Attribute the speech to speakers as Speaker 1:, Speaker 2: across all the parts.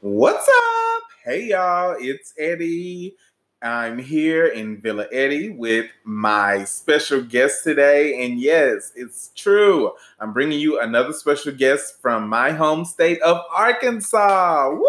Speaker 1: What's up? Hey y'all, it's Eddie. I'm here in Villa Eddie with my special guest today. And yes, it's true. I'm bringing you another special guest from my home state of Arkansas. Woo!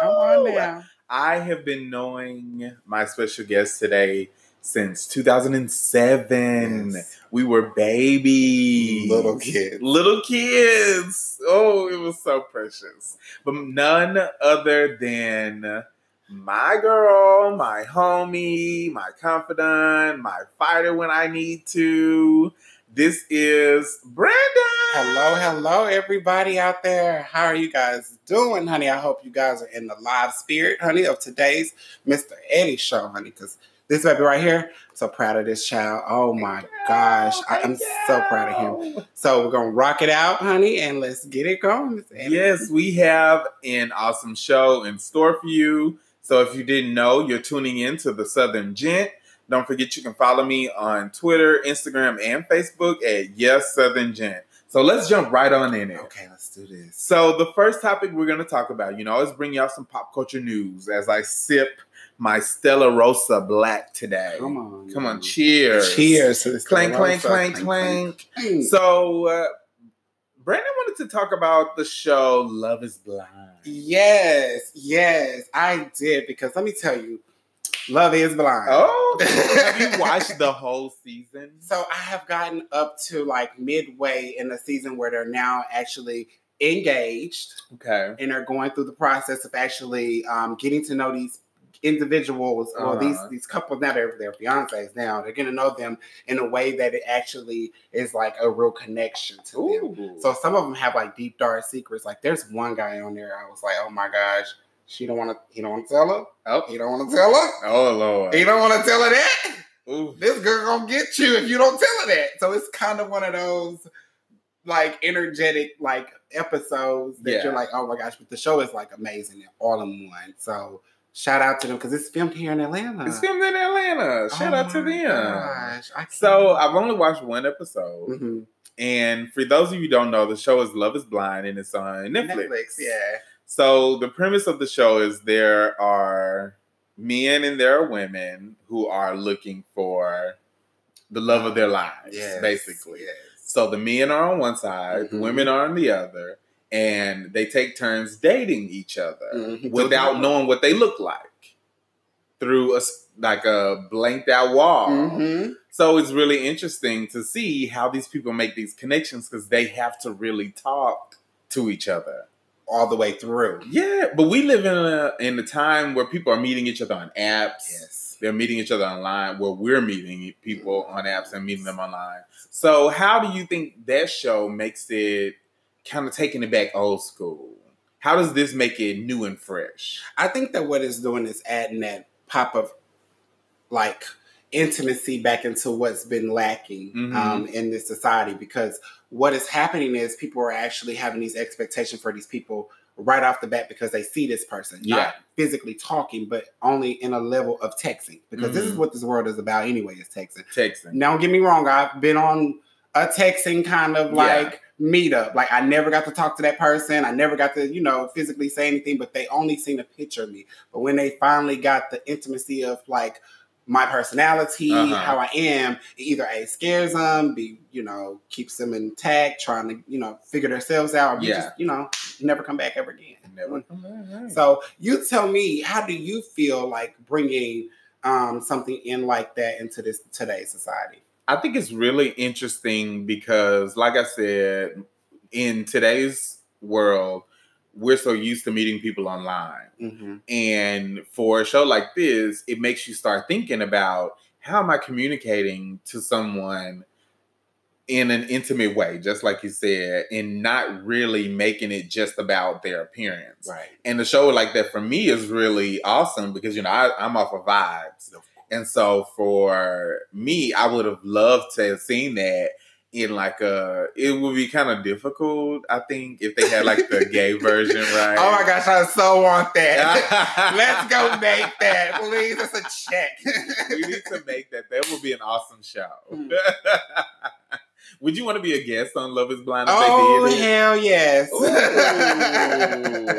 Speaker 2: Come on now.
Speaker 1: I have been knowing my special guest today since 2007.
Speaker 2: Yes.
Speaker 1: We were babies.
Speaker 2: Little kid.
Speaker 1: Little kids. Oh, it was so precious. But none other than my girl, my homie, my confidant, my fighter when I need to. This is Brandon.
Speaker 2: Hello, hello, everybody out there. How are you guys doing, honey? I hope you guys are in the live spirit, honey, of today's Mr. Eddie show, honey, because this baby right here, so proud of this child. Oh my gosh. I, I'm so proud of him.
Speaker 1: him.
Speaker 2: So we're gonna rock it out, honey, and let's get it going, Mr. Eddie.
Speaker 1: Yes, we have an awesome show in store for you. So if you didn't know, you're tuning in to the Southern Gent. Don't forget you can follow me on Twitter, Instagram, and Facebook at Yes Southern Gent. So let's jump right on in it.
Speaker 2: Okay, let's do this.
Speaker 1: So the first topic we're gonna talk about, you know, I always bring y'all some pop culture news as I sip my Stella Rosa Black today.
Speaker 2: Come on.
Speaker 1: Come on, cheers.
Speaker 2: Cheers. to this
Speaker 1: Clank, clank,
Speaker 2: Rosa.
Speaker 1: clank, clank.
Speaker 2: clank.
Speaker 1: So uh, Brandon wanted to talk about the show Love is Blind.
Speaker 2: Yes, yes, I did because let me tell you, love is blind.
Speaker 1: Oh, have you watched the whole season?
Speaker 2: So I have gotten up to like midway in the season where they're now actually engaged
Speaker 1: Okay.
Speaker 2: and are going through the process of actually um, getting to know these individuals or
Speaker 1: Uh-huh.
Speaker 2: these these couples now they're they're fiancés now they're getting to know them in a way that it actually is like a real connection to them so some of them have like deep dark secrets. Like there's one guy on there. I was like, oh my gosh, she don't want to. He don't want to tell her.
Speaker 1: oh,
Speaker 2: He don't want to tell her.
Speaker 1: oh Lord.
Speaker 2: He don't want to tell her that.
Speaker 1: Ooh.
Speaker 2: This girl gonna get you if you don't tell her that. So it's kind of one of those like energetic like episodes that
Speaker 1: Yeah.
Speaker 2: you're like, oh my gosh. But the show is like amazing, all in one. So shout out to them because it's filmed here in Atlanta.
Speaker 1: It's filmed in Atlanta. Shout
Speaker 2: Oh
Speaker 1: out to
Speaker 2: my
Speaker 1: them.
Speaker 2: Gosh, I
Speaker 1: So uh, I've only watched one episode.
Speaker 2: Mhm.
Speaker 1: And for those of you who don't know, the show is Love is Blind and it's on Netflix.
Speaker 2: Netflix, yeah.
Speaker 1: So the premise of the show is there are men and there are women who are looking for the love of their lives,
Speaker 2: Yes,
Speaker 1: basically.
Speaker 2: yes.
Speaker 1: So the men are on one side, the
Speaker 2: Mhm.
Speaker 1: women are on the other, and they take turns dating each other
Speaker 2: Mhm.
Speaker 1: Uh, without knowing what they look like through a s- like a blanked out wall.
Speaker 2: Mhm.
Speaker 1: So it's really interesting to see how these people make these connections because they have to really talk to each other.
Speaker 2: all the way through.
Speaker 1: Yeah, but we live in a in a time where people are meeting each other on apps.
Speaker 2: Yes.
Speaker 1: They're meeting each other online. Where we're meeting people on apps and meeting them online. So how do you think that show makes it kind of taking it back old school? How does this make it new and fresh?
Speaker 2: I think that what it's doing is adding that pop of like intimacy back into what's been lacking
Speaker 1: Mhm.
Speaker 2: um, in this society because what is happening is people are actually having these expectations for these people right off the bat because they see this person
Speaker 1: Yeah.
Speaker 2: not physically talking but only in a level of texting because this is
Speaker 1: Mhm.
Speaker 2: what this world is about anyway is texting
Speaker 1: Texting.
Speaker 2: Now, don't get me wrong, I've been on a texting kind of
Speaker 1: Yeah.
Speaker 2: like meetup. Like I never got to talk to that person. I never got to, you know, physically say anything, but they only seen a picture of me. But when they finally got the intimacy of like my personality,
Speaker 1: Uh-huh.
Speaker 2: how I am, it either A scares them, B, you know, keeps them intact, trying to, you know, figure themselves out, or B,
Speaker 1: Yeah.
Speaker 2: just, you know, never come back ever again.
Speaker 1: Never. Hmm.
Speaker 2: So you tell me, how do you feel like bringing um, something in like that into this today's society?
Speaker 1: I think it's really interesting because, like I said, in today's world, we're so used to meeting people online.
Speaker 2: Mm-hmm.
Speaker 1: And for a show like this, it makes you start thinking about how am I communicating to someone in an intimate way, just like you said, and not really making it just about their appearance.
Speaker 2: Right.
Speaker 1: And the show like that for me is really awesome because, you know, I, I'm off of vibes. And so for me, I would have loved to have seen that in like a it would be kind of difficult, I think, if they had like the gay version, right?
Speaker 2: Oh my gosh, I so want
Speaker 1: god.
Speaker 2: that. Let's go make that, please. That's a check.
Speaker 1: we need to make that. That would be an awesome show.
Speaker 2: Hmm.
Speaker 1: would you want to be a guest on Love Is Blind if
Speaker 2: oh
Speaker 1: they did it?
Speaker 2: hell yes.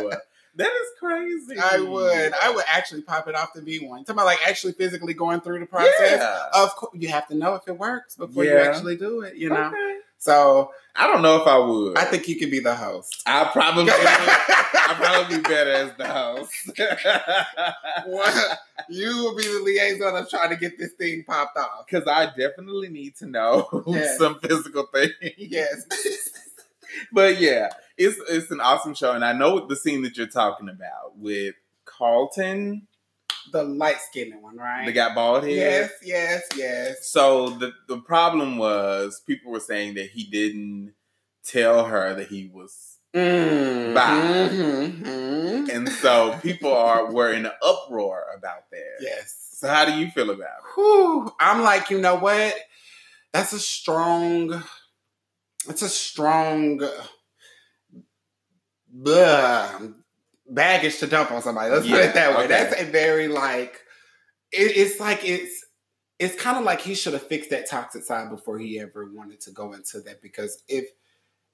Speaker 1: Ooh. that is crazy.
Speaker 2: I would. I would actually pop it off to be one. Talking about like actually physically going through the process.
Speaker 1: Yeah.
Speaker 2: Of course, you have to know if it works before you
Speaker 1: Yeah.
Speaker 2: actually do it. You know.
Speaker 1: Okay.
Speaker 2: So
Speaker 1: I don't know if I would.
Speaker 2: I think you could be the host.
Speaker 1: I probably would. I'd
Speaker 2: One-
Speaker 1: probably be better as the host.
Speaker 2: you will be the liaison of trying to get this thing popped off.
Speaker 1: Because I definitely need to know
Speaker 2: Yes.
Speaker 1: some physical things.
Speaker 2: Yes.
Speaker 1: But yeah, it's it's an awesome show, and I know the scene that you're talking about with Carlton,
Speaker 2: the light skinned one, right?
Speaker 1: the guy bald head.
Speaker 2: Yes, yes, yes.
Speaker 1: So the the problem was people were saying that he didn't tell her that he was, Mm-hmm.
Speaker 2: Mm.
Speaker 1: Bye.
Speaker 2: Mhm.
Speaker 1: and so people are were in an uproar about that.
Speaker 2: Yes.
Speaker 1: So how do you feel about it?
Speaker 2: Whew. I'm like, you know what? That's a strong. It's a strong. Blah, baggage to dump on somebody. Let's put
Speaker 1: Yeah,
Speaker 2: it that way.
Speaker 1: okay.
Speaker 2: That's a very like. It, it's like it's. It's kind of like he should have fixed that toxic side before he ever wanted to go into that because if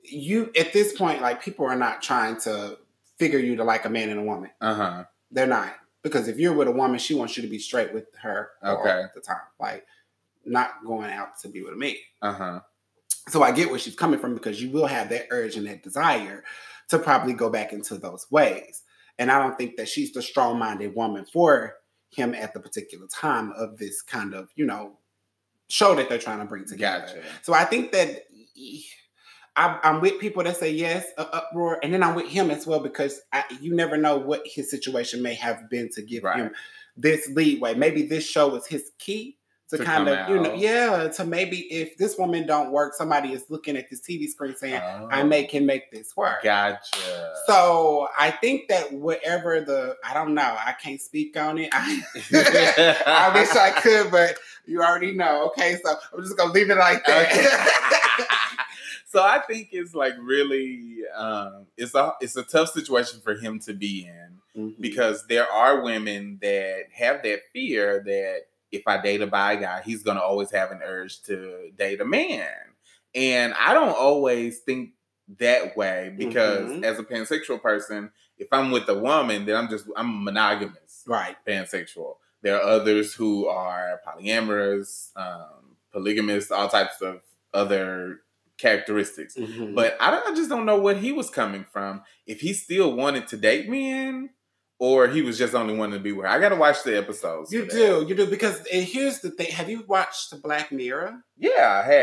Speaker 2: you at this point like people are not trying to figure you to like a man and a woman.
Speaker 1: Uh huh.
Speaker 2: They're not. Because if you're with a woman, she wants you to be straight with her
Speaker 1: Okay.
Speaker 2: all the time. Like not going out to be with me.
Speaker 1: Uh huh.
Speaker 2: So I get where she's coming from because you will have that urge and that desire to probably go back into those ways. And I don't think that she's the strong minded woman for him at the particular time of this kind of, you know, show that they're trying to bring together.
Speaker 1: Gotcha.
Speaker 2: So I think that I'm, I'm with people that say yes, uh, uproar, and then I'm with him as well because I, you never know what his situation may have been to give
Speaker 1: Right.
Speaker 2: him this leeway. Maybe this show was his key to,
Speaker 1: To
Speaker 2: kind of,
Speaker 1: come
Speaker 2: you know,
Speaker 1: out.
Speaker 2: yeah, to maybe if this woman don't work, somebody is looking at this TV screen saying, "I
Speaker 1: Uh-huh.
Speaker 2: may can make this work."
Speaker 1: Gotcha.
Speaker 2: So I think that whatever the I don't know, I can't speak on it. I, I wish I could, but you already know. Okay, so I'm just gonna leave it like that.
Speaker 1: so I think it's like really um, it's a it's a tough situation for him to be in because there are women that have that fear that if I date a bi guy, he's gonna always have an urge to date a man, and I don't always think that way because
Speaker 2: Mhm.
Speaker 1: as a pansexual person, if I'm with a woman, then I'm just I'm monogamous
Speaker 2: right,
Speaker 1: pansexual. There are others who are polyamorous, um, polygamous, all types of other characteristics. But I, don't, I just don't know what he was coming from. If he still wanted to date men, or he was just only wanting to be with. her. I got to watch the episodes.
Speaker 2: you
Speaker 1: for that.
Speaker 2: do, you do, because and here's the thing: Have you watched Black Mirror?
Speaker 1: Yeah, I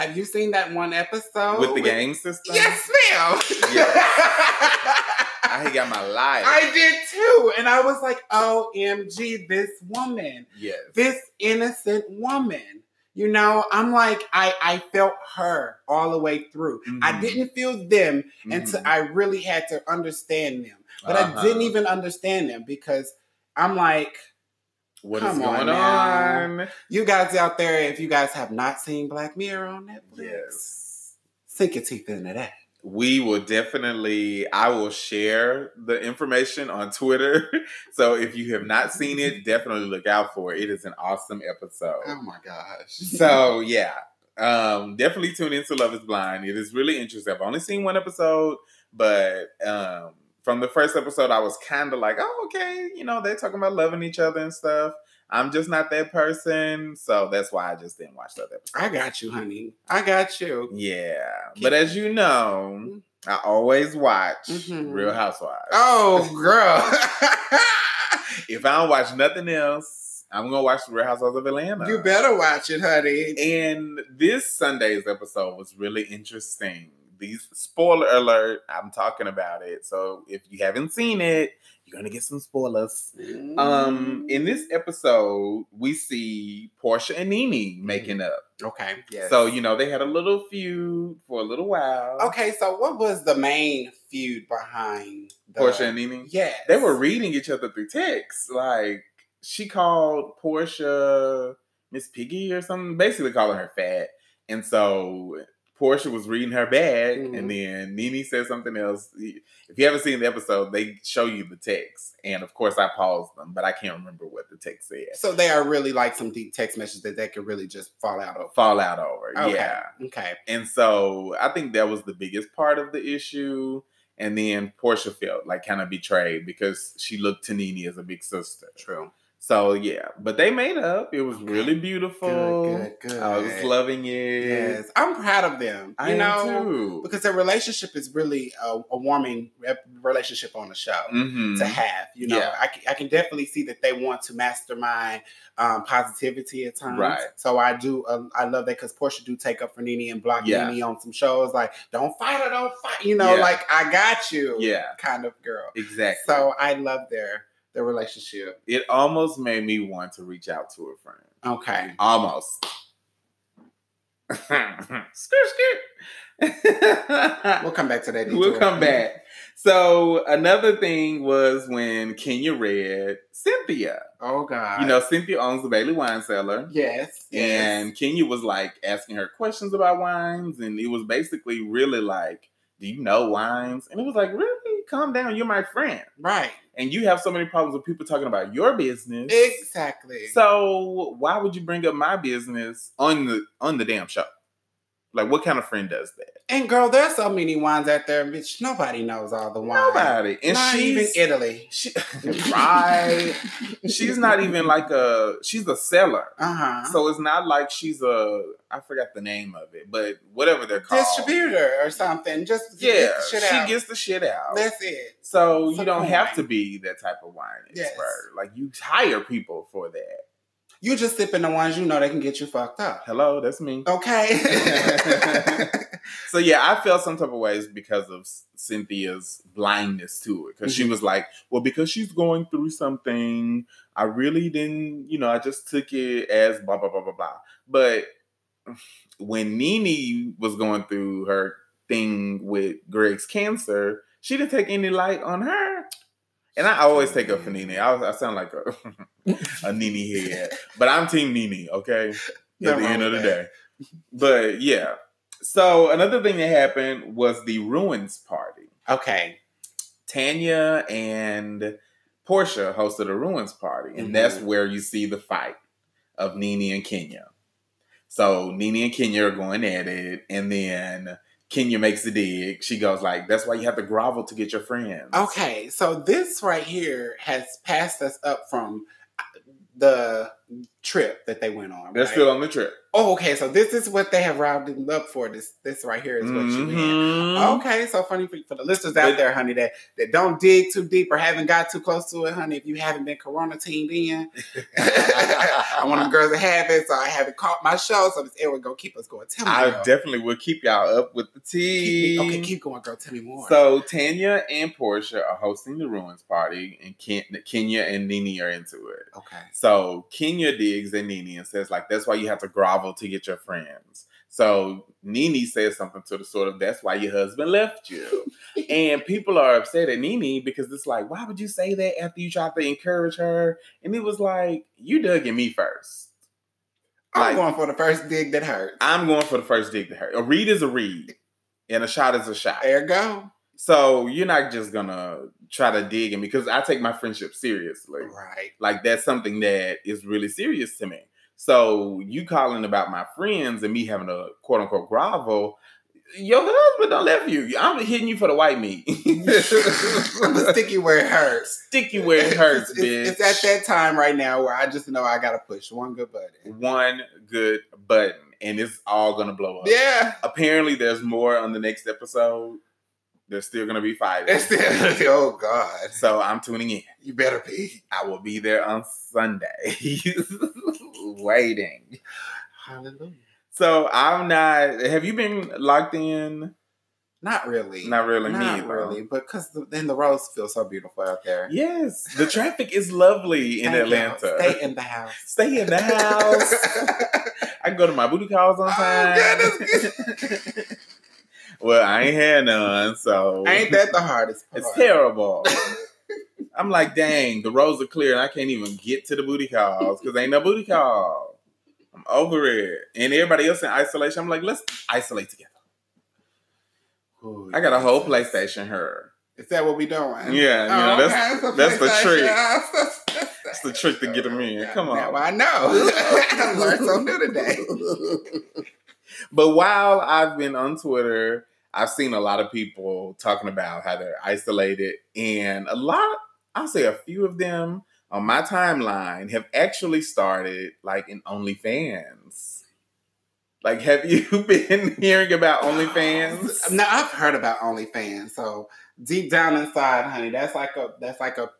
Speaker 1: have
Speaker 2: Have you seen that one episode
Speaker 1: with the game system.
Speaker 2: Oh, Yes, ma'am.
Speaker 1: I got my life.
Speaker 2: I did too, and I was like, "OMG, this woman,
Speaker 1: yes,
Speaker 2: this innocent woman." You know, I'm like, I I felt her all the way through. I
Speaker 1: Mhm.
Speaker 2: didn't feel them until
Speaker 1: Mhm.
Speaker 2: I really had to understand them. But
Speaker 1: Uh-huh.
Speaker 2: I didn't even understand them because I'm like,
Speaker 1: Mm-hmm. What is
Speaker 2: Come on
Speaker 1: going
Speaker 2: now.
Speaker 1: on?
Speaker 2: You guys out there, if you guys have not seen Black Mirror on Netflix,
Speaker 1: Yes.
Speaker 2: sink your teeth into that.
Speaker 1: we will definitely i will share the information on twitter so if you have not seen it definitely look out for it it is an awesome episode
Speaker 2: my gosh.
Speaker 1: so yeah um definitely tune into love is blind it is really interesting i've only seen one episode but um from the first episode i was kind of like oh okay you know they're talking about loving each other and stuff i'm just not that person so that's why i just didn't watch the other episode
Speaker 2: I got you, honey. I got you.
Speaker 1: yeah. But as you know, I always watch
Speaker 2: Mhm.
Speaker 1: Real Housewives.
Speaker 2: Mm-hmm. Oh, girl.
Speaker 1: If I don't watch nothing else, I'm gonna watch Real Housewives of Atlanta.
Speaker 2: you better watch it, honey.
Speaker 1: And this Sunday's episode was really interesting. These spoiler alert, I'm talking about it. So if you haven't seen it, you're gonna get some spoilers. Um,
Speaker 2: Mm-hmm. Mm.
Speaker 1: in this episode, we see Portia and Nene making up.
Speaker 2: okay. Yes.
Speaker 1: So, you know, they had a little feud for a little while.
Speaker 2: okay, so what was the main feud behind the
Speaker 1: Portia and Nene.
Speaker 2: Yes.
Speaker 1: they were reading each other through text. Like she called Portia Miss Piggy or something, basically calling her fat. And so Portia was reading her back,
Speaker 2: Mm-hmm.
Speaker 1: and then Nene said something else. If you haven't seen the episode, they show you the text, and of course I paused them, but I can't remember what the text said.
Speaker 2: So they are really like some deep text messages that they could really just fall out of.
Speaker 1: Fallout over,
Speaker 2: Okay.
Speaker 1: yeah.
Speaker 2: Okay.
Speaker 1: And so I think that was the biggest part of the issue. and then Portia felt like kind of betrayed because she looked to Nene as a big sister.
Speaker 2: True.
Speaker 1: So yeah, but they made up. It was really beautiful.
Speaker 2: Good, good, good.
Speaker 1: Oh, I was loving it.
Speaker 2: Yes, I'm proud of them.
Speaker 1: I
Speaker 2: You know,
Speaker 1: am too.
Speaker 2: because their relationship is really a, a warming rep- relationship on the show
Speaker 1: Mhm.
Speaker 2: to have. You know,
Speaker 1: Yeah.
Speaker 2: I, can, I can definitely see that they want to mastermind um, positivity at times.
Speaker 1: Right.
Speaker 2: So I do, um, I love that because Portia do take up for Nene and block
Speaker 1: Yeah.
Speaker 2: Nene on some shows like, don't fight her, don't fight. You know,
Speaker 1: Yeah.
Speaker 2: like I got you,
Speaker 1: Yeah,
Speaker 2: kind of girl.
Speaker 1: exactly.
Speaker 2: So I love their their relationship.
Speaker 1: it almost made me want to reach out to a friend.
Speaker 2: Okay.
Speaker 1: Almost. skirt, skirt.
Speaker 2: We'll come back to that.
Speaker 1: We'll
Speaker 2: detour.
Speaker 1: come back. So another thing was when Kenya read Cynthia.
Speaker 2: Oh God.
Speaker 1: You know, Cynthia owns the Bailey Wine Cellar.
Speaker 2: Yes. yes.
Speaker 1: And Kenya was like asking her questions about wines, and it was basically really like, Do you know wines? And it was like, Really? Calm down, you're my friend.
Speaker 2: right.
Speaker 1: And you have so many problems with people talking about your business.
Speaker 2: Exactly.
Speaker 1: So why would you bring up my business on the on the damn show? Like what kind of friend does that?
Speaker 2: and girl, there's so many wines out there, bitch. Nobody knows all the wines.
Speaker 1: Nobody. And
Speaker 2: Not even
Speaker 1: she's
Speaker 2: Italy.
Speaker 1: she, right. she's not even like a she's a seller.
Speaker 2: Uh huh.
Speaker 1: So it's not like she's a I forgot the name of it, but whatever they're called.
Speaker 2: distributor or something. Just
Speaker 1: Yeah,
Speaker 2: get the shit
Speaker 1: she
Speaker 2: out.
Speaker 1: gets the shit out.
Speaker 2: That's it.
Speaker 1: so
Speaker 2: It's a
Speaker 1: you don't
Speaker 2: coin.
Speaker 1: have to be that type of wine
Speaker 2: Yes.
Speaker 1: expert. Like you hire people for that.
Speaker 2: You just sipping the ones you know that can get you fucked up.
Speaker 1: Hello, that's me.
Speaker 2: Okay.
Speaker 1: So yeah, I felt some type of ways because of S- Cynthia's blindness to it, because she was like, "Well, because she's going through something, I really didn't, you know, I just took it as blah blah blah blah blah." But when Nene was going through her thing with Greg's cancer, she didn't take any light on her. And I always take up for Nene. I, I sound like a a Nene head, but I'm Team Nene. Okay, at
Speaker 2: Nothing
Speaker 1: the
Speaker 2: wrong
Speaker 1: end of the
Speaker 2: with
Speaker 1: day. But yeah. So another thing that happened was the ruins party.
Speaker 2: okay.
Speaker 1: Tanya and Portia hosted a ruins party, and that's
Speaker 2: Mhm.
Speaker 1: where you see the fight of Nene and Kenya. So Nene and Kenya are going at it, and then Kenya makes a dig. She goes like, "That's why you have to grovel to get your friends."
Speaker 2: Okay. So this right here has passed us up from uh, the trip that they went on.
Speaker 1: they're
Speaker 2: right?
Speaker 1: still on the trip.
Speaker 2: Oh, okay. So this is what they have riled him up for. This this right here is what you Oh. mean.
Speaker 1: Mhm.
Speaker 2: Okay, so funny for, for the listeners
Speaker 1: But-
Speaker 2: out there, honey, that, that don't dig too deep or haven't got too close to it, honey. If you haven't been Corona teamed in, I'm one of the girls that have it, so I haven't caught my show. So this air would go keep us going. Tell me,
Speaker 1: I
Speaker 2: girl.
Speaker 1: definitely will keep y'all up with the tea.
Speaker 2: Keep me- okay, keep going, girl. Tell me more.
Speaker 1: So Tanya and Portia are hosting the ruins party, and Ken- Kenya and Nene are into it.
Speaker 2: okay,
Speaker 1: So Kenya digs at Nene and says, like, that's why you have to grovel to get your friends. So Nene says something to the sort of, that's why your husband left you. and people are upset at Nene because it's like, why would you say that after you tried to encourage her? And it was like, you dug at me first.
Speaker 2: I'm
Speaker 1: like-
Speaker 2: going for the first dig that hurts.
Speaker 1: I'm going for the first dig to her. A read is a read, and a shot is a shot.
Speaker 2: There you go.
Speaker 1: So you're not just gonna try to dig in because I take my friendship seriously.
Speaker 2: Right.
Speaker 1: Like that's something that is really serious to me. So you calling about my friends and me having a quote unquote grovel, your husband don't left you. I'm hitting you for the white meat.
Speaker 2: I'm gonna stick you where it hurts.
Speaker 1: Stick you where it hurts,
Speaker 2: It's, it's-
Speaker 1: bitch.
Speaker 2: it's at that time right now where I just know I gotta push one good button.
Speaker 1: one good button, and it's all gonna blow up.
Speaker 2: Yeah.
Speaker 1: Apparently, there's more on the next episode. They're still gonna be fighting.
Speaker 2: That's it. oh God.
Speaker 1: so I'm tuning in.
Speaker 2: You better be.
Speaker 1: I will be there on Sunday waiting.
Speaker 2: Hallelujah.
Speaker 1: So I'm not. Have you been locked in?
Speaker 2: Not really.
Speaker 1: Not really. me
Speaker 2: Not
Speaker 1: either.
Speaker 2: really. But because the, then the roads feel so beautiful out there.
Speaker 1: Yes, the traffic is lovely in
Speaker 2: Thank you.
Speaker 1: Atlanta.
Speaker 2: Stay in the house.
Speaker 1: Stay in the house. I can go to my booty calls on time.
Speaker 2: oh, goodness.
Speaker 1: well, I ain't had none, so
Speaker 2: Ain't that the hardest part?
Speaker 1: it's terrible. I'm like, dang, the roads are clear, and I can't even get to the booty calls because ain't no booty call. I'm over it, and everybody else in isolation. I'm like, let's isolate together.
Speaker 2: Ooh,
Speaker 1: I got a whole
Speaker 2: Jesus.
Speaker 1: PlayStation here.
Speaker 2: Is that what we doing? Oh,
Speaker 1: Yeah, you know, that's that's the
Speaker 2: trick.
Speaker 1: that's the trick to get them in. Come
Speaker 2: Now
Speaker 1: on.
Speaker 2: I know. I learned something new today.
Speaker 1: But while I've been on Twitter, I've seen a lot of people talking about how they're isolated, and a lot, I'll say a few of them on my timeline have actually started like in OnlyFans. Like, have you been hearing about OnlyFans?
Speaker 2: Now I've heard about OnlyFans, so deep down inside, honey, that's like a that's like a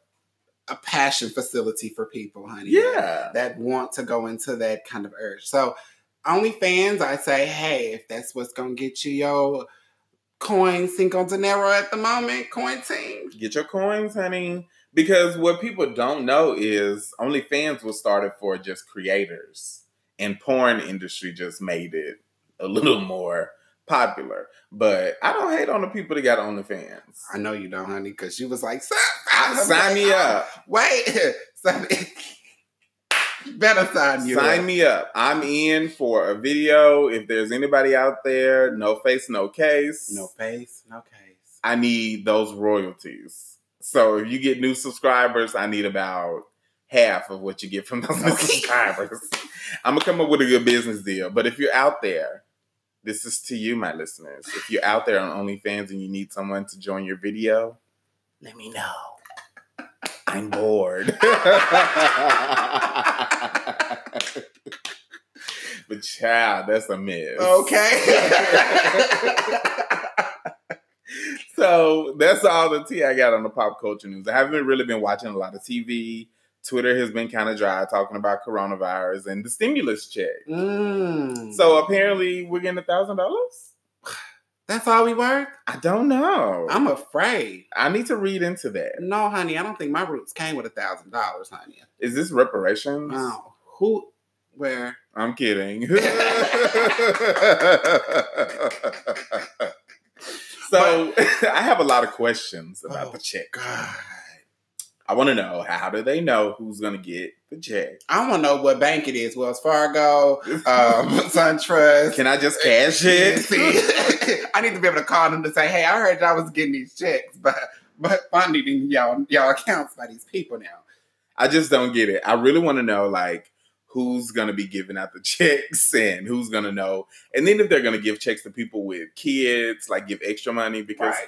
Speaker 2: a passion facility for people, honey.
Speaker 1: Yeah.
Speaker 2: That want to go into that kind of urge. So OnlyFans, I say, hey, if that's what's gonna get you your coin Cinco de Nero at the moment, coin team.
Speaker 1: Get your coins, honey. Because what people don't know is OnlyFans was started for just creators, and porn industry just made it a little more popular. But I don't hate on the people that got OnlyFans.
Speaker 2: I know you don't, honey, because she was like, sign,
Speaker 1: Sign me up.
Speaker 2: Wait, sign me. better sign you
Speaker 1: Sign
Speaker 2: up.
Speaker 1: me up. I'm in for a video. If there's anybody out there, no face, no case.
Speaker 2: No face, no case.
Speaker 1: I need those royalties. So if you get new subscribers, I need about half of what you get from those new
Speaker 2: Okay.
Speaker 1: subscribers. I'm gonna come up with a good business deal. But if you're out there, this is to you, my listeners. If you're out there on OnlyFans and you need someone to join your video, let me know. I'm bored. but child, that's a miss.
Speaker 2: Okay.
Speaker 1: So that's all the tea I got on the pop culture news. I haven't really been watching a lot of TV. Twitter has been kind of dry talking about coronavirus and the stimulus check.
Speaker 2: Mm.
Speaker 1: So apparently we're getting a thousand dollars.
Speaker 2: that's all we worth?
Speaker 1: I don't know. i
Speaker 2: I'm afraid.
Speaker 1: need to read into that.
Speaker 2: No, honey, I don't think my roots came with a thousand dollars, honey.
Speaker 1: Is this reparations?
Speaker 2: No. Who where?
Speaker 1: I'm kidding. so I have a lot of questions about
Speaker 2: Oh,
Speaker 1: the check.
Speaker 2: God.
Speaker 1: I want to know how do they know who's gonna get the check?
Speaker 2: I wanna know what bank it is. Wells Fargo, um, SunTrust.
Speaker 1: Can I just cash it?
Speaker 2: See, I need to be able to call them to say, "Hey, I heard y'all was getting these checks, but but I'm needing y'all y'all accounts by these people now."
Speaker 1: I just don't get it. I really want to know like who's gonna be giving out the checks and who's gonna know, and then if they're gonna give checks to people with kids, like give extra money because
Speaker 2: Right.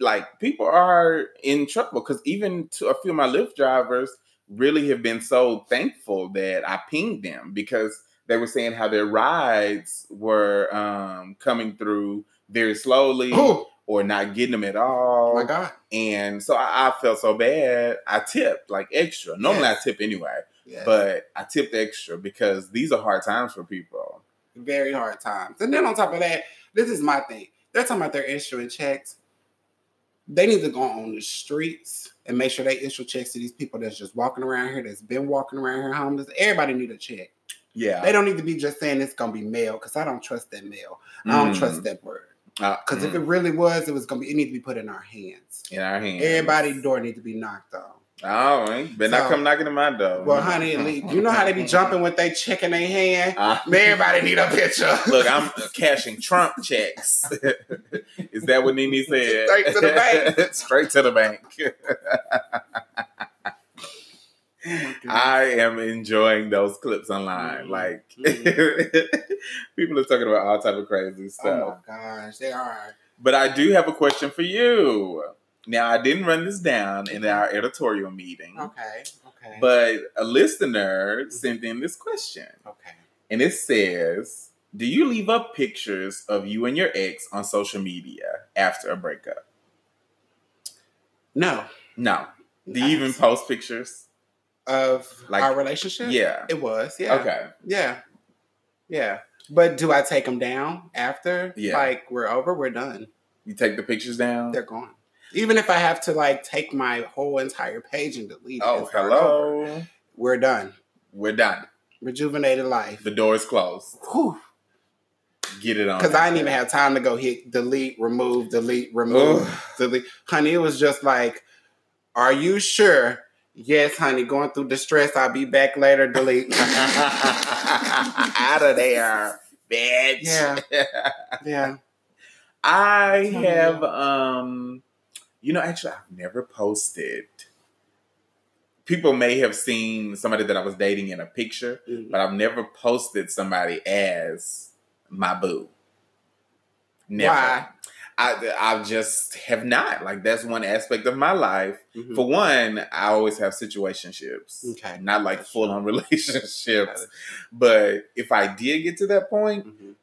Speaker 1: like people are in trouble. Because even to a few of my Lyft drivers really have been so thankful that I pinged them because they were saying how their rides were um, coming through very slowly
Speaker 2: Oh
Speaker 1: or not getting them at all.
Speaker 2: my god!
Speaker 1: And so I, I felt so bad. I tipped like extra. Normally I tip anyway,
Speaker 2: Yes.
Speaker 1: but I tipped extra because these are hard times for people.
Speaker 2: very hard times. And then on top of that, this is my thing. They're talking about their issuing checks. They need to go on the streets and make sure they issue checks to these people that's just walking around here, that's been walking around here homeless. Everybody need a check.
Speaker 1: Yeah.
Speaker 2: They don't need to be just saying it's gonna be mail because I don't trust that mail. I
Speaker 1: Mm.
Speaker 2: don't trust that word. Because Uh, if it really was, it was gonna be. It need to be put in our hands.
Speaker 1: in our Mm. hands.
Speaker 2: Everybody door need to be knocked on.
Speaker 1: Oh, ain't- better not
Speaker 2: So-
Speaker 1: come knocking at my door.
Speaker 2: Well, honey, at least- you know how they be jumping with they check in their hand.
Speaker 1: I-
Speaker 2: Everybody need a picture.
Speaker 1: Uh, Look, I'm cashing Trump checks. Is that what Nene said?
Speaker 2: Straight to the bank.
Speaker 1: Straight to the bank.
Speaker 2: Oh my goodness.
Speaker 1: I am enjoying those clips online.
Speaker 2: Mhm.
Speaker 1: Like
Speaker 2: Mhm.
Speaker 1: people are talking about all type of crazy stuff.
Speaker 2: Oh my gosh, they are.
Speaker 1: But I do have a question for you. Now, I didn't run this down in our editorial meeting,
Speaker 2: Okay, okay.
Speaker 1: Mm-hmm. but a listener sent in this question.
Speaker 2: okay.
Speaker 1: And it says Do you leave up pictures of you and your ex on social media after a breakup?
Speaker 2: No.
Speaker 1: No. Do you even post pictures?
Speaker 2: of
Speaker 1: Like-
Speaker 2: our relationship?
Speaker 1: Yeah.
Speaker 2: It was, yeah.
Speaker 1: Okay.
Speaker 2: Yeah. Yeah. But do I take them down after?
Speaker 1: Yeah.
Speaker 2: Like we're over, we're done.
Speaker 1: You take the pictures down?
Speaker 2: They're gone. Even if I have to like take my whole entire page and delete it.
Speaker 1: Oh,
Speaker 2: and start over,
Speaker 1: hello.
Speaker 2: We're done.
Speaker 1: We're done.
Speaker 2: Rejuvenated life.
Speaker 1: The door is closed.
Speaker 2: Because
Speaker 1: Get it on.
Speaker 2: I didn't even have time to go hit delete, remove, delete, remove,
Speaker 1: Ugh.
Speaker 2: delete. Honey, it was just like, are you sure? Yes, honey, going through distress. I'll be back later. Delete.
Speaker 1: Out of there, bitch.
Speaker 2: Yeah. yeah.
Speaker 1: I
Speaker 2: Tell me.
Speaker 1: have um you know actually I've never posted. People may have seen somebody that I was dating in a picture,
Speaker 2: Mm.
Speaker 1: but I've never posted somebody as my boo. Never.
Speaker 2: Why?
Speaker 1: I I just have not. Like that's one aspect of my life.
Speaker 2: Mhm.
Speaker 1: For one, I always have situationships.
Speaker 2: Okay.
Speaker 1: Not like full on relationships.
Speaker 2: it.
Speaker 1: But if I did get to that point,
Speaker 2: Mhm.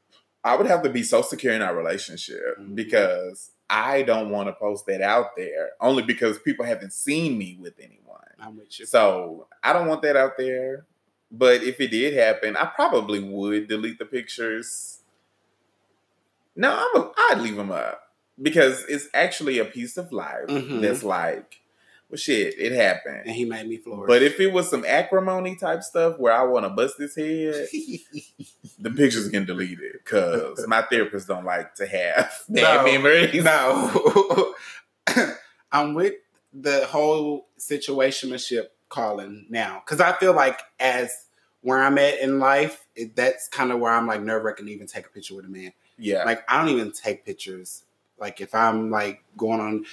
Speaker 1: I would have to be so secure in our relationship
Speaker 2: Mhm.
Speaker 1: because I don't want to post that out there only because people haven't seen me with anyone.
Speaker 2: I'm with you.
Speaker 1: So I don't want that out there. But if it did happen, I probably would delete the pictures. No, I'm a, I'd leave them up because it's actually a piece of life
Speaker 2: Mhm.
Speaker 1: that's like, well, shit, it
Speaker 2: and
Speaker 1: happened.
Speaker 2: he made me flourish.
Speaker 1: But if it was some acrimony type stuff where I want to bust his head, the pictures get deleted because my therapist don't like to have bad
Speaker 2: No.
Speaker 1: memories.
Speaker 2: no, I'm with the whole situationship calling now because I feel like as where I'm at in life, it, that's kind of where I'm like nerve wracking to even take a picture with a man.
Speaker 1: Yeah,
Speaker 2: Like I don't even take pictures. Like if I'm like going on,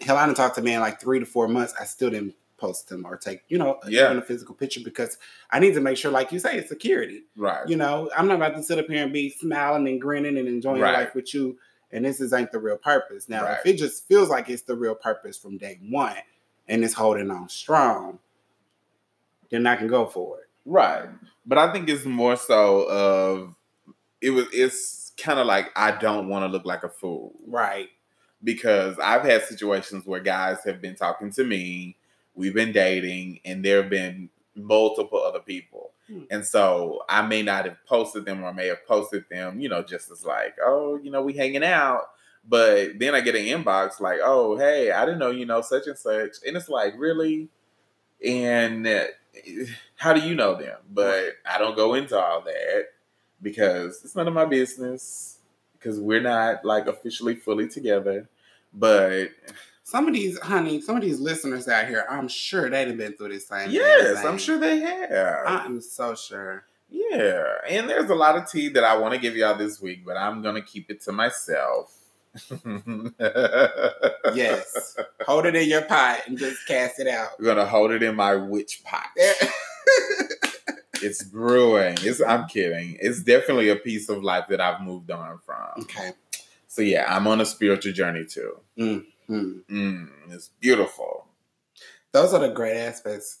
Speaker 2: hell, I didn't talk to a man like three to four months. I still didn't post them or take you know
Speaker 1: Yeah.
Speaker 2: even a physical picture because I need to make sure, like you say, it's security.
Speaker 1: right.
Speaker 2: You know, I'm not about to sit up here and be smiling and grinning and enjoying
Speaker 1: Right.
Speaker 2: life with you. And this is ain't the real purpose. Now,
Speaker 1: Right.
Speaker 2: if it just feels like it's the real purpose from day one and it's holding on strong, then I can go for it.
Speaker 1: Right. But I think it's more so of it was it's kind of like I don't want to look like a fool
Speaker 2: Right.
Speaker 1: because I've had situations where guys have been talking to me, we've been dating and there have been multiple other people.
Speaker 2: Hmm.
Speaker 1: And so I may not have posted them or may have posted them, you know, just as like, oh, you know, we hanging out. But then I get an inbox like, oh, hey, I didn't know, you know, such and such. And it's like, really? And uh, how do you know them? But I don't go into all that because it's none of my business because we're not like officially fully together. But
Speaker 2: Some of these, honey, some of these listeners out here, I'm sure they've been through this same. damn
Speaker 1: yes, I'm
Speaker 2: thing.
Speaker 1: sure they have.
Speaker 2: I'm so sure.
Speaker 1: yeah. And there's a lot of tea that I want to give y'all this week, but I'm going to keep it to myself. we're
Speaker 2: Yes. Hold it in your pot and just cast it out. Eh,
Speaker 1: going to hold it in my witch pot. It's brewing. It's I'm kidding. It's definitely a piece of life that I've moved on from.
Speaker 2: okay.
Speaker 1: So yeah, I'm on a spiritual journey too.
Speaker 2: Hmm.
Speaker 1: Mm, it's beautiful.
Speaker 2: those are the great aspects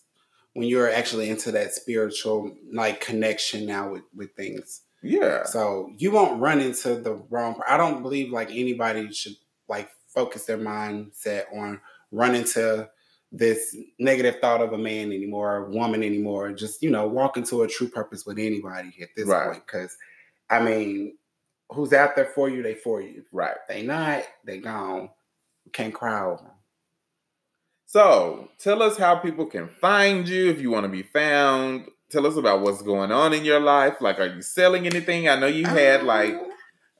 Speaker 2: when you're actually into that spiritual like connection now with with things
Speaker 1: Yeah.
Speaker 2: so you won't run into the wrong i don't believe like anybody should like focus their mindset on run into this negative thought of a man anymore or woman anymore just you know walk into a true purpose with anybody at this
Speaker 1: Right.
Speaker 2: point because i mean who's out there for you they for you
Speaker 1: Right.
Speaker 2: they not they gone can't cry over 'em.
Speaker 1: So tell us how people can find you if you want to be found. Tell us about what's going on in your life. Like, are you selling anything? I know you had like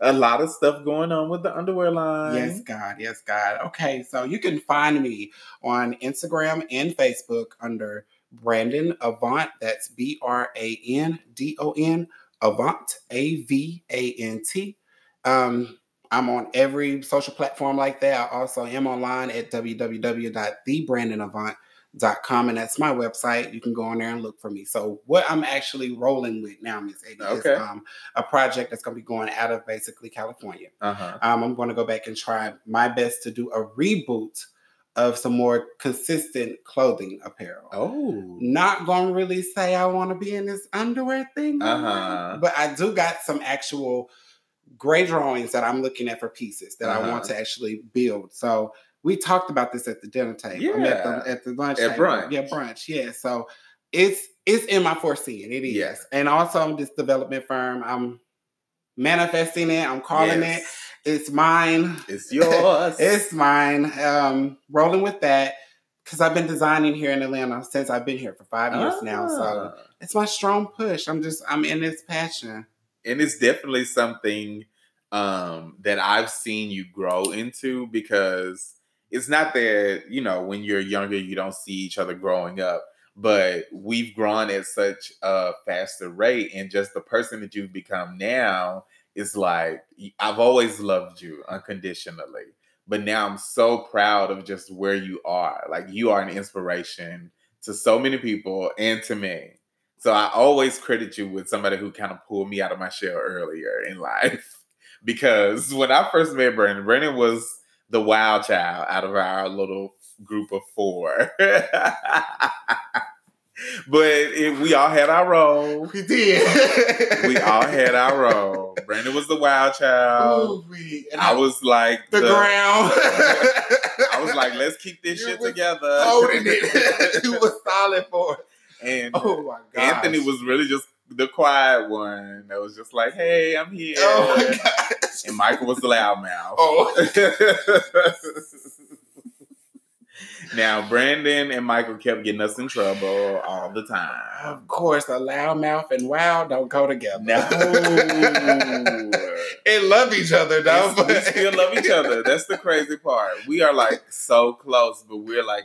Speaker 1: a lot of stuff going on with the underwear line.
Speaker 2: Um, Yes, God. Yes, God. Okay, so you can find me on Instagram and Facebook under Brandon Avant. That's B R A N D O N Avant A V A N T. Um, I'm on every social platform like that. I also am online at www.thebrandonavant.com, and that's my website. You can go on there and look for me. So, what I'm actually rolling with now, Miss Eddie,
Speaker 1: Okay.
Speaker 2: is um, a project that's going to be going out of basically California.
Speaker 1: Uh huh.
Speaker 2: Um, I'm going to go back and try my best to do a reboot of some more consistent clothing apparel.
Speaker 1: Oh.
Speaker 2: Not going to really say I want to be in this underwear thing, no more,
Speaker 1: Uh-huh.
Speaker 2: but I do got some actual gray drawings that I'm looking at for pieces that I want
Speaker 1: Uh-huh.
Speaker 2: to actually build. So we talked about this at the dinner table. I mean, at,
Speaker 1: Yeah.
Speaker 2: the, at the lunch
Speaker 1: At
Speaker 2: table.
Speaker 1: brunch.
Speaker 2: Yeah, brunch. Yeah. So it's it's in my foreseeing. It is.
Speaker 1: Yeah.
Speaker 2: And also this development firm. I'm manifesting it. I'm calling it. It's mine.
Speaker 1: it. It's yours.
Speaker 2: It's mine. Um, rolling with that because I've been designing here in Atlanta since I've been here for five years now. So
Speaker 1: Ah.
Speaker 2: it's my strong push. I'm just I'm in this passion.
Speaker 1: and it's definitely something um that I've seen you grow into because it's not that you know when you're younger you don't see each other growing up but we've grown at such a faster rate and just the person that you've become now is like I've always loved you unconditionally but now I'm so proud of just where you are like you are an inspiration to so many people and to me so I always credit you with somebody who kind of pulled me out of my shell earlier in life because when I first met Brandon, Brandon was the wild child out of our little group of four. But it, we all had our role.
Speaker 2: We did.
Speaker 1: We all had our role. Brandon was the wild child.
Speaker 2: Ooh, we, and
Speaker 1: uh, I was like
Speaker 2: the, ground.
Speaker 1: I was like, let's keep this
Speaker 2: You
Speaker 1: shit
Speaker 2: was
Speaker 1: together.
Speaker 2: holding it. you was solid for it.
Speaker 1: and
Speaker 2: Oh my god.
Speaker 1: Anthony was really just the quiet one that was just like, "Hey, I'm here,"
Speaker 2: Oh my gosh.
Speaker 1: and Michael was the loud mouth.
Speaker 2: Oh,
Speaker 1: now Brandon and Michael kept getting us in trouble all the time.
Speaker 2: of course, a loud mouth and wow don't go together.
Speaker 1: No.
Speaker 2: they love each other though.
Speaker 1: It's- we still love each other. That's the crazy part. We are like so close, but we're like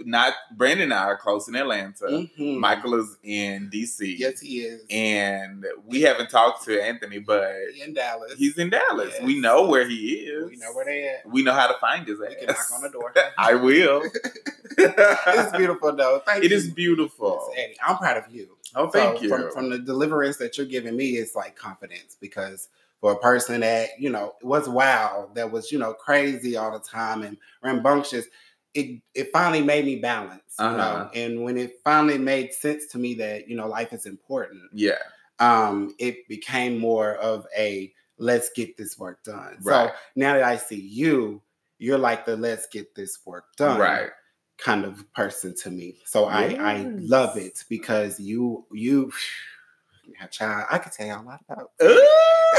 Speaker 1: not. Brandon and I are close in Atlanta.
Speaker 2: Mhm.
Speaker 1: Michael is in DC,
Speaker 2: Yes, he is.
Speaker 1: and we haven't talked to Anthony, but
Speaker 2: He in Dallas.
Speaker 1: he's in Dallas.
Speaker 2: Yes.
Speaker 1: We know where he is.
Speaker 2: we know where they at.
Speaker 1: We know how to find his ass.
Speaker 2: We can knock on the door.
Speaker 1: I will.
Speaker 2: it's beautiful though. Thank
Speaker 1: it
Speaker 2: you.
Speaker 1: is beautiful.
Speaker 2: Yes, Eddie, I'm proud of you.
Speaker 1: Oh, thank
Speaker 2: So,
Speaker 1: you.
Speaker 2: From, from the deliverance that you're giving me, it's like confidence because for a person that, you know, was wild, that was, you know, crazy all the time and rambunctious, it, it finally made me balance. you know?
Speaker 1: Uh-huh.
Speaker 2: And when it finally made sense to me that, you know, life is important,
Speaker 1: yeah.
Speaker 2: um, it became more of a let's get this work done.
Speaker 1: Right.
Speaker 2: So now that I see you, you're like the let's get this work done
Speaker 1: Right.
Speaker 2: kind of person to me. So I I
Speaker 1: Yes.
Speaker 2: love it because you you yeah, child, I could tell you a lot about.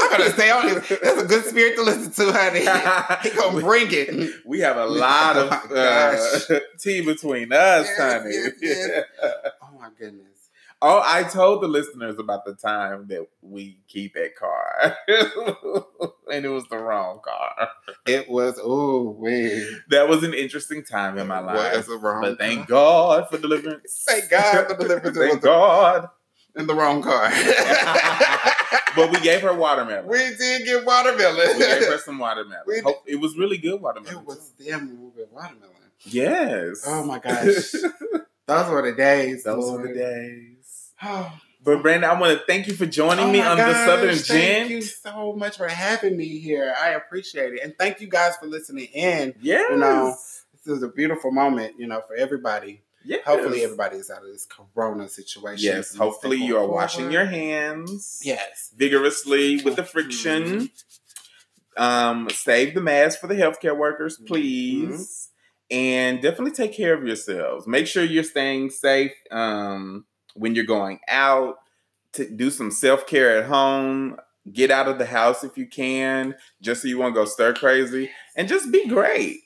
Speaker 2: I'm gonna stay on it. That's a good spirit to listen to, honey. He gonna bring it.
Speaker 1: we have a lot of
Speaker 2: Oh my
Speaker 1: uh, tea between us,
Speaker 2: Yes,
Speaker 1: honey.
Speaker 2: yes, yes. Oh my goodness.
Speaker 1: oh, I told the listeners about the time that we keep that car, and it was the wrong car.
Speaker 2: It was oh wait.
Speaker 1: That was an interesting time in my life.
Speaker 2: Was the wrong
Speaker 1: But thank
Speaker 2: car.
Speaker 1: God for deliverance.
Speaker 2: Thank God for deliverance. It was
Speaker 1: thank
Speaker 2: a-
Speaker 1: God.
Speaker 2: in the wrong car.
Speaker 1: But we gave her watermelon.
Speaker 2: we did get
Speaker 1: We gave
Speaker 2: watermelon.
Speaker 1: her some watermelon.
Speaker 2: We-
Speaker 1: Hope- it was really good watermelon.
Speaker 2: it was them moving watermelon.
Speaker 1: Yes.
Speaker 2: Oh my gosh. Those were the days.
Speaker 1: Those were
Speaker 2: Lord.
Speaker 1: the days.
Speaker 2: Oh,
Speaker 1: But Brandon, I want to thank you for joining
Speaker 2: Oh
Speaker 1: me
Speaker 2: my
Speaker 1: on the
Speaker 2: gosh,
Speaker 1: Southern
Speaker 2: Thank
Speaker 1: Gin.
Speaker 2: you so much for having me here. I appreciate it. And thank you guys for listening in.
Speaker 1: Yes.
Speaker 2: You know, This is a beautiful moment, you know, for everybody.
Speaker 1: Yes.
Speaker 2: Hopefully everybody is out of this corona situation.
Speaker 1: Yes.
Speaker 2: Please
Speaker 1: Hopefully
Speaker 2: stay
Speaker 1: you are
Speaker 2: forward.
Speaker 1: washing your hands.
Speaker 2: Yes.
Speaker 1: Vigorously with the
Speaker 2: Mm-hmm.
Speaker 1: friction. Um, save the mask for the healthcare workers,
Speaker 2: Mm-hmm.
Speaker 1: please. And definitely take care of yourselves. Make sure you're staying safe um, when you're going out. To do some self care at home. Get out of the house if you can, just so you won't go stir crazy. And just be great.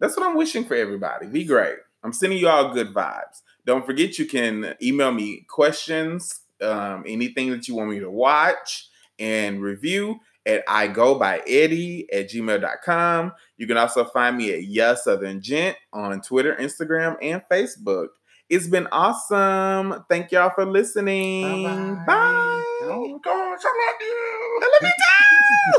Speaker 1: That's what I'm wishing for everybody. Be great. I'm sending you all good vibes. Don't forget, you can email me questions, um, anything that you want me to watch and review at I go by Eddie at gmail.com. You can also find me at Yes Southern Gent on Twitter, Instagram, and Facebook. It's been awesome. Thank y'all for listening.
Speaker 2: Bye-bye.
Speaker 1: Bye.
Speaker 2: Don't
Speaker 1: go. I love you. I love you. too.